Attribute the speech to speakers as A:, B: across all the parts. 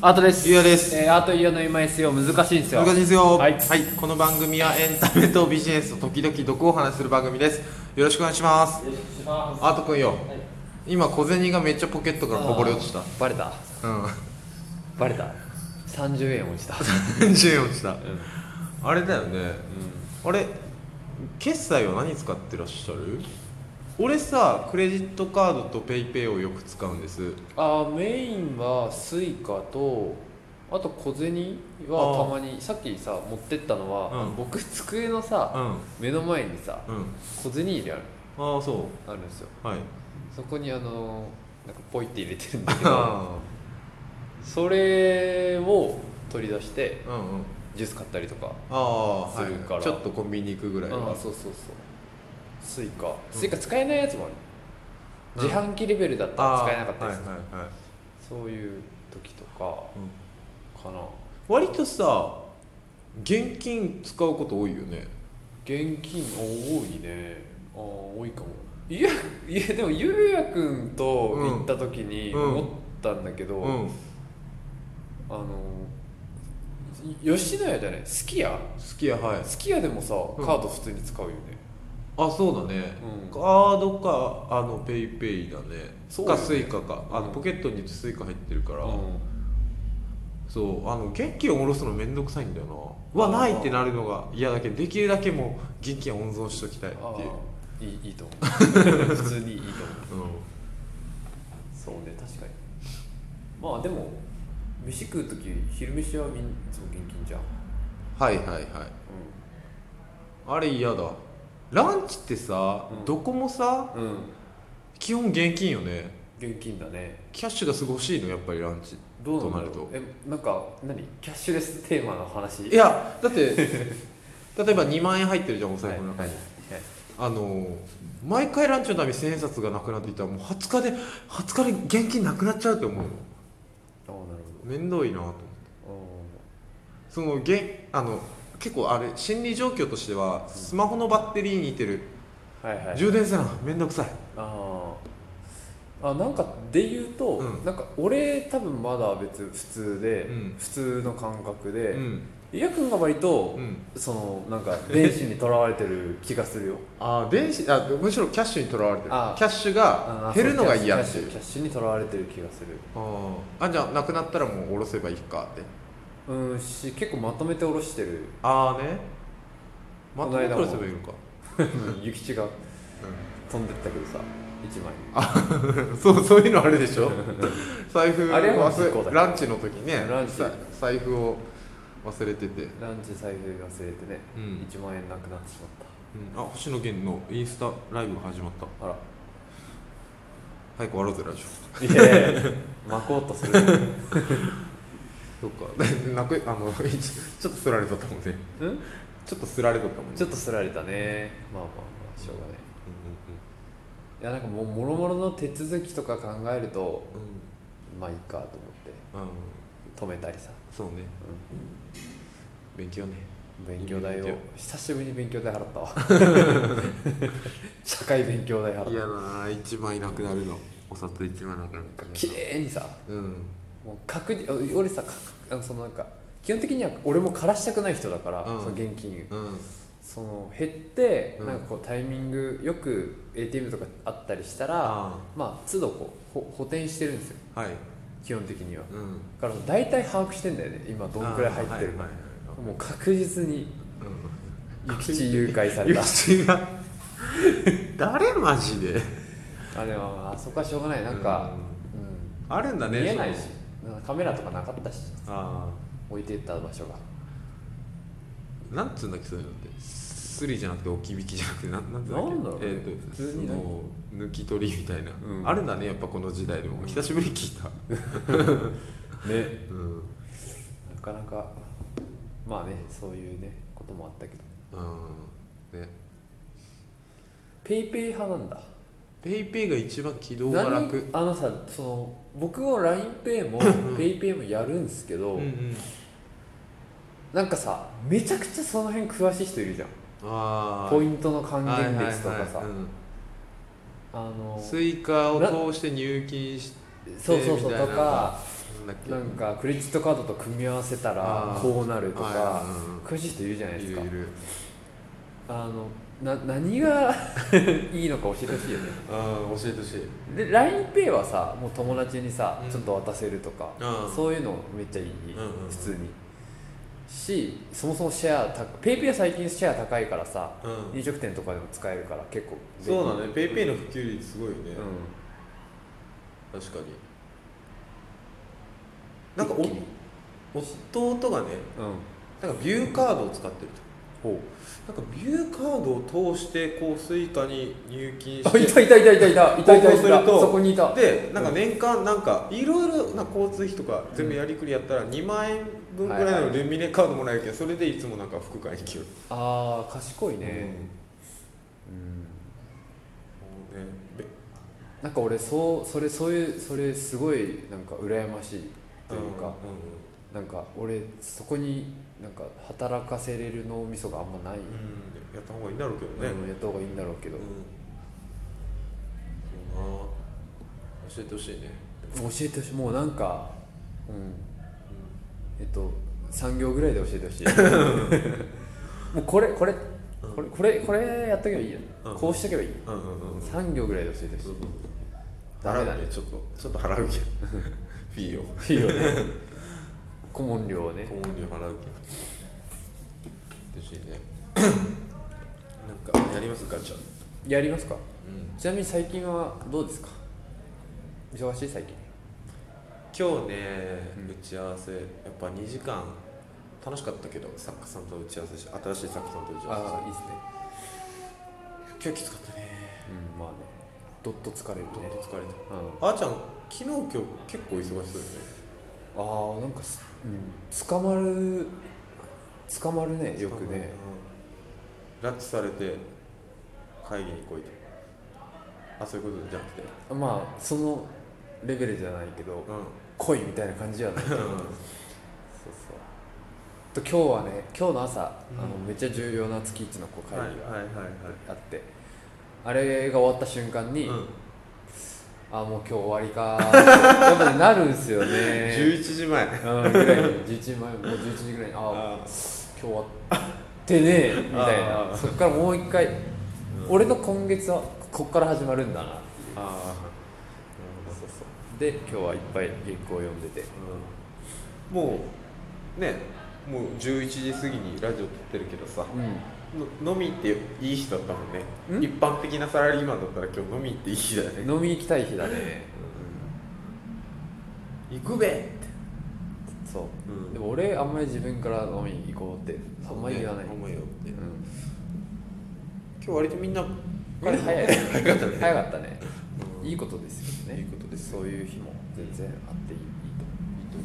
A: アートです
B: ゆうやです
A: えー、アートイオの今 SEO 難しいんですよ
B: 難しいですよ
A: はい
B: この番組はエンタメとビジネスと時々毒をお話しする番組ですよろしくお願いしますあートくんよ、今小銭がめっちゃポケットからこぼれ落ちた
A: バレた
B: うん
A: バレた30円落ちた
B: 10円落ちた、あれだよね、あれ決済は何使ってらっしゃる俺さクレジットカードとペイペイをよく使うんです
A: あーメインはスイカとあと小銭はたまにさっきさ持ってったのは、
B: うん
A: 僕机の
B: う
A: さ、
B: ん
A: 目の前にさ
B: うん
A: 小銭入れある
B: ああそ
A: あるんですよ
B: うはい
A: そこにあのなんかポイって入れてるんだけど
B: あ
A: それを取り出して
B: あ うんうん
A: ジュース買ったりとか
B: ああ、は
A: するから
B: い、ちょっとコンビニ行くぐらいは
A: ああそうそうそうスイカスイカ使えないやつもある、
B: うん
A: 自販機レベルだったら使えなかったりする、
B: はいはいはい
A: そういう時とかかな
B: 割とさ現金使うこと多いよね
A: 現金多いねああ多いかもいや いやでもゆうやくんと行った時に
B: うん
A: 思ったんだけど、
B: うん好
A: あの吉野家じゃないすき家
B: きやはい
A: すき家でもさ
B: ん
A: カード普通に使うよね、
B: あそうだね、
A: うん
B: カードかあのペイペイだね
A: そうだ
B: か
A: よね
B: スイカかあの、
A: うん
B: ポケットにスイカ入ってるから、
A: うん
B: そうあの現金を下ろすのめんどくさいんだよなうわないってなるのが嫌だけどできるだけもう現金は温存しときたいっていう
A: ああいいいいと思う 普通にいいと思う
B: う
A: そうね確かにまあでも飯食う時昼飯はみんいつも現金じゃん、うん
B: はいはいはいあれ嫌だランチってさ、
A: うん
B: どこもさ
A: ん、うん、
B: 基本現金よね
A: 現金だね
B: キャッシュがすごい欲しいのやっぱりランチ
A: どう
B: と
A: な
B: なんる
A: だろう
B: と
A: えなんか何キャッシュレステーマの話
B: いやだって 例えば2万円入ってるじゃんお
A: はい
B: 財布の中に、
A: はい
B: あのー毎回ランチのたび千円札がなくなっていたらもう20日で20日で現金なくなっちゃうって思うの
A: ああなるほ
B: 面倒いなと思って
A: ど
B: その現あの結構あれ心理状況としてはスマホのバッテリーに似てる、
A: あーはいはい
B: 充電せな面倒くさい
A: あーあなんかで言うと、
B: うん
A: なんか俺多分まだ別普通で、
B: うん
A: 普通の感覚で、
B: うん、
A: ゆうやくんが割と、
B: うん、
A: そのなんか電子にとらわれてる気がするよ
B: あー電子あむしろキャッシュにとらわれてるキ
A: あ
B: ャ
A: ー
B: ッシュが減るのが嫌っていう
A: キャッシュキャッシュにとらわれてる気がする
B: あーあじゃあなくなったらもう下ろせばいいかって
A: うんし結構まとめて下ろして る
B: ああねま
A: こ
B: た
A: の間も
B: 下ろせばいいのか、
A: 諭吉が飛んでったけどさ一枚
B: うん、 そうそういうのあるでしょ 財布
A: あれは
B: 忘れ
A: 事故だ
B: ランチの時ね
A: ランチ
B: さ財布を忘れてて、
A: ランチ財布忘れてね、
B: うん
A: 1万円なくなってしまっ
B: あ星野源のインスタライブが始まった
A: たあ ら
B: 早く終わろうぜラジ
A: いやいや巻こうとする
B: オそっか なくあの ちょちょっとすられとったもんね
A: うん
B: ちょっとすられとったもんね
A: ちょっ
B: と、
A: とすられたねまあまあまあしょうがないいやなんかもうもろもろの手続きとか考えると
B: うんうんうん
A: まあいいかと思
B: うん、う
A: っ
B: ん
A: て止めたりさ、
B: そうね勉強ね
A: うん、勉強代
B: いいね
A: を久しぶりに勉強代払ったわ 社会勉強代払
B: いや
A: っ
B: だな一枚なくなるのお札一枚なくなるか
A: た綺麗にさ
B: うん
A: もう確実俺さかあのそのなんか基本的には俺も枯らしたくない人だから、
B: うん
A: その現金
B: うん
A: その減って、
B: うん
A: なんかこうタイミングよく ATM とかあったりしたら
B: あ
A: まあ都度こうほ補填してるんですよ
B: あはい
A: 基本的には
B: うん
A: だから大体把握してんだよね今どんくらい入ってるか、
B: あーはいはいはい
A: もう確実に
B: うん
A: 諭吉誘拐され
B: ゆ
A: た
B: きちが誰マジで
A: あでもあそこはしょうがないなんか、う
B: あるんだ
A: ん
B: ね
A: 見えないし
B: その
A: なんかカメラとかなかったし
B: ああ
A: 置いてった場所が
B: なんつうんだっけそういうのってスリじゃなくて置き引きじゃなくてなんなんつうん
A: なんだ
B: だ
A: ろ
B: っ
A: う
B: け
A: ね
B: えーと
A: 普通に
B: そ
A: 何
B: の抜き取りみたいな、
A: うん
B: あるんだねやっぱこの時代でも久しぶりに聞いた、
A: ね
B: うんうん、
A: なかなかまあねそういうねこともあったけど
B: ね
A: ペイペイ派なんだ
B: ペイペイが一番軌道が楽
A: 何あのさその僕も LINEPay も PayPay もやるんですけど、
B: うんうん
A: なんかさめちゃくちゃその辺詳しい人いるじゃん
B: ああ
A: ポイ
B: ン
A: ントの還元率とかさあの
B: スイカを通して入金し
A: そうそうそう
B: みた
A: と
B: いな
A: か
B: なんだっけ
A: なんかクレジットカードと組み合わせたら
B: あー
A: こうなるとか
B: はいうんうん
A: 詳しい人いるじゃない
B: い
A: です
B: る
A: か
B: いる
A: あのな何が いいのか教えてほしいよね
B: ああ教えてほしい
A: で LINEPay はさもう友達にさ、
B: うん
A: ちょっと渡せるとか、
B: うん
A: そういうのめっちゃいい、
B: うんうん
A: 普通にしそもそもシェアた PayPay は最近シェア高いからさ、
B: うん
A: 飲食店とかでも使えるから結構便利
B: そうだねペイペイの普及率すごいよね、
A: う
B: 確かになんか
A: 一気に
B: お弟がね
A: んうん
B: なんかビューカードを使ってる
A: ほ
B: となんかビューカードを通してこうスイカに入金
A: う
B: して
A: あいたいたいたいたいたいたいたい
B: 投稿する
A: た
B: と
A: そこにいた
B: でなんか年間なんかいろいろな交通費とか全部やりくりやったら2万円分ぐらいのルミネカードもらえるけどそれでいつもなんか服買いに来る
A: ああ賢い
B: うん
A: ね、
B: もうねべ
A: なんか俺そうそれそういうそれすごいなんか羨ましいというか、なんか俺そこになんか働かせれる脳みそがあんまない、
B: うんうんやった方がいいんだろうけどね、
A: うんやった方がいいんだろうけど、
B: うんそうな教えてほしいね
A: 教えてほしいもうなんかうんえっと3行ぐらいで教えてほしい もうこれこれこれこれこれやっとけばいいよ、
B: うん
A: こうしとけばいい
B: うんうんうんうん
A: 3行ぐらいで教えてほしい、ダ
B: 払
A: メ
B: う
A: だ
B: ね
A: ね
B: ちょっとちょっと払うけどフィーを
A: いいよ ね顧問料をね
B: 顧問料払うけどしいねなんかやりますガチャ
A: やりますか
B: うん
A: ちなみに最近はどうですか忙しい最近
B: 今日ね、
A: うん
B: 打ち合わせやっぱ2時間楽しかったけど作家さんと打ち合わせし新しい作家さんと打ち合
A: あ
B: わ
A: あいいですね
B: せして今日きつかったね
A: うんまあねどっと疲れるね
B: どんどん疲れた
A: うん
B: あーちゃん昨日今日結構忙しそうよね
A: ああなんかす、うん、捕まる捕まるねよくね
B: うん拉致されて会議に来いとあそういうことじゃなくて
A: まあそのレベルじゃないけど恋みたいな感じ じゃないけどそうそうと今日はね今日の朝、
B: うん
A: あのめっちゃ重要な月一のこう
B: うん
A: 会
B: はいはい
A: 議
B: はいは
A: があって、あれが終わった瞬間
B: い、
A: に、
B: うん、
A: あーもう今日終わりかーってやっぱねなるんすよ ね
B: 11時前
A: うんぐらいに11時前もう11時ぐらいにあー
B: あ
A: 今日終わってねえみたい
B: あ
A: な
B: ー
A: そっからもう一回、
B: うん
A: 俺の今月はこっから始まるんだなっていう
B: あ
A: そうそうで今日はいっぱい原稿を読んでて
B: ーもうねもう11時過ぎにラジオ撮ってるけどさ
A: う
B: の飲み行っていい日だったもんね
A: ん
B: 一般的なサラリーマンだったら今日飲み行っていい日だよね
A: ん飲み行きたい日だね
B: 行くべって
A: そう、
B: うん
A: でも俺あんまり自分から飲みに行こうってあんまり言わない、
B: ねあんまり言わない
A: うん
B: 今日割とみんな
A: みんな早い
B: 早かったね
A: 早かったね
B: うん
A: いいことですよね
B: いいことです
A: そういう日も全然あっていいいいと思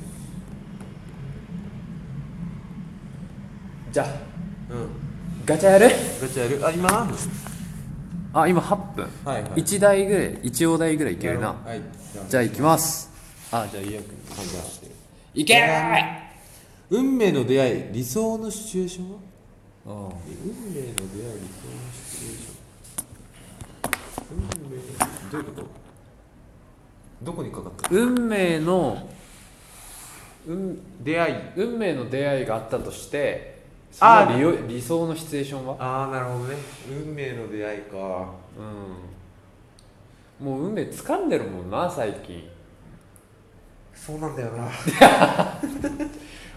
A: うじゃあ
B: うん
A: ガチャやる
B: ガチャやるあ今何分
A: あ今8分、
B: はいはい
A: 1台ぐらい1お題ぐらいいけるな
B: はい
A: じゃあ行きますあじゃあゆうやくん
B: あじゃあして
A: いけ
B: 運命の出会い理想のシチュエーションは
A: うん
B: 運命の出会い理想のシチュエーション運命どういうことどこにかかった
A: 運命の運
B: 出会い
A: 運命の出会いがあったとしてそ
B: あ
A: の理よ理想のシチュエーションは
B: ああなるほどね運命の出会いか
A: うんもう運命掴んでるもんな最近
B: そうなんだよなあ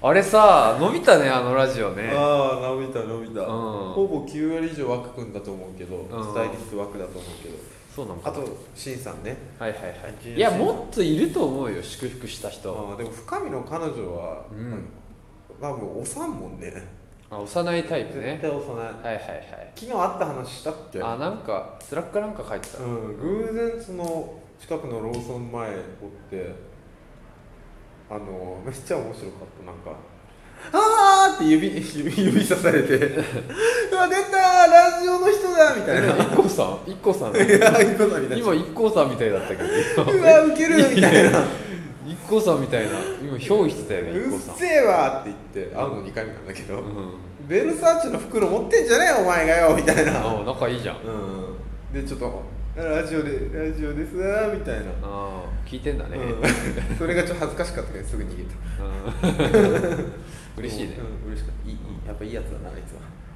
A: あれさ伸びたねあのラジオね
B: あー伸びた伸びた、
A: うん
B: ほぼ9割以上枠くんだと思うけど、
A: ん
B: スタイリスト枠だと思うけど
A: そうなのか
B: あ
A: な
B: としんさんね
A: はいはいは
B: ジュ
A: い
B: ニア
A: いやもっといると思うよ祝福した
B: あ
A: 人
B: ーでも深見の彼女は、
A: うん
B: 多分おさんもんね
A: あ幼いタイプ
B: 絶
A: ね
B: 対幼い
A: はいはいはい
B: 昨日会った話したっけ
A: あなんかスラックかなんか書いてた
B: うん、偶然その近くのローソン前おってあのめっちゃ面白かったなんか「あー!」って指指指ささ れて「うわ出たーラジオの人だ!」みたい な「
A: i k さん i k さん
B: いやいいことみたい
A: 今
B: な
A: IKKO さんみたいだったけど
B: うわウケる!」みたいな「
A: IKKO さんみたいな今憑依してたよね
B: う
A: IKKO
B: っ
A: さん
B: せえわ!」って言って会うの2回目なんだけど、
A: うん
B: ベルサーチェの袋持ってんじゃねえよお前がよ!」みたいな
A: あ仲いいじゃん
B: うんでちょっとラジオでラジオですーみたいな、
A: ああ聞いてんだね、
B: うんそれがちょっと恥ずかしかったけどすぐ逃げた
A: うん 嬉しいね
B: うん、嬉しかったいいいいやっぱいいやつだなあい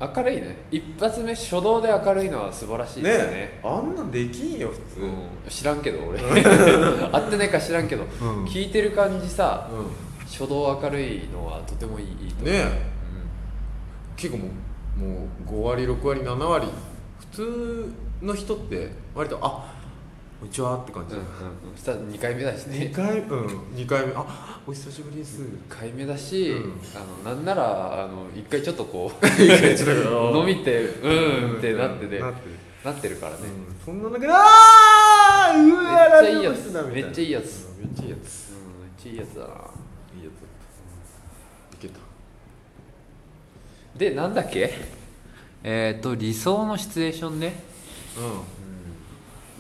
B: つ
A: 明
B: は
A: るいね一発目初動で明るいのは素晴らしいですね
B: えあんなんできんよ普通
A: うん知らんけど俺 会ってないか知らんけど、
B: うん
A: 聞いてる感じさ
B: うん
A: 初動明るいのはとてもいいいいと思う、
B: ねえ結構もうもう5割6割7割普通の人って割とあこんにちはって感
A: う
B: じ、
A: ん、うんうんうん、そしたら2回目だし
B: 二
A: ね
B: 回うん2回目あお久しぶりです
A: 1回目だし、
B: うん
A: あのなんならあの1回ちょっとこう 飲
B: 飲
A: みてうんってなってて、
B: な
A: な
B: ってて
A: ってるからね、
B: うんそんな中であーうわ
A: めっちゃいいやつ
B: ラジオの人だみたな
A: めっちゃいいやつ
B: うんめっちゃい
A: うん、め
B: いやつ
A: っちゃいいやつだない
B: いやついけた
A: でなんだっけえっ、と理想のシチュエーションね
B: う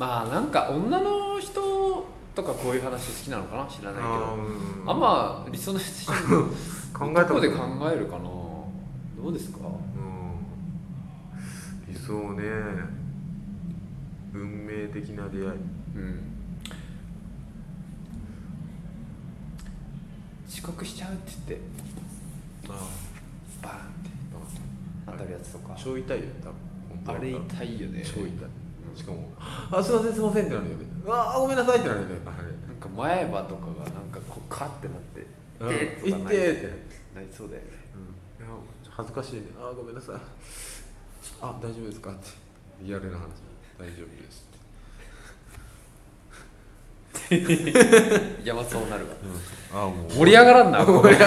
A: まあなんか女の人とかこういう話好きなのかな知らないけど
B: ん
A: あんま理想のシチュエーション
B: 考えた
A: ど
B: こ
A: こ
B: とない
A: で 考えるかなどうですか
B: うん理想ね運命的な出会い
A: うん遅刻しちゃうって言って
B: あ
A: バーンって当たるやつとか
B: 超痛いよ多
A: あ
B: 分
A: れ痛いよね
B: 超痛い
A: ん
B: しかも「あすいませんすいません」ってなるよね「あーごめんなさい」ってなるよねあれ
A: なんか前歯とかがなんかこうカッてなって
B: うん
A: でとかなり
B: 痛えって
A: なりそうだよね
B: うんいや恥ずかしいね「あーごめんなさい」「あ大丈夫ですか?」ってリアルな話「大丈夫です」って
A: やばそうなるわ
B: ああもう
A: 盛り上がらんなこれ盛り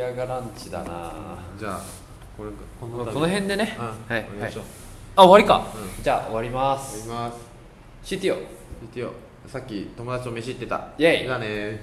A: 上がらんちだな
B: じゃあこれ
A: こ
B: こ
A: の
B: の
A: この辺でね、
B: は
A: はいい、
B: お
A: は
B: 願い
A: い
B: しよう
A: あ終わりか、
B: う
A: じゃあ終わりま
B: やり
A: す
B: ます
A: CTO
B: 見てよさっき友達と飯行ってた
A: イェイ
B: じゃあねー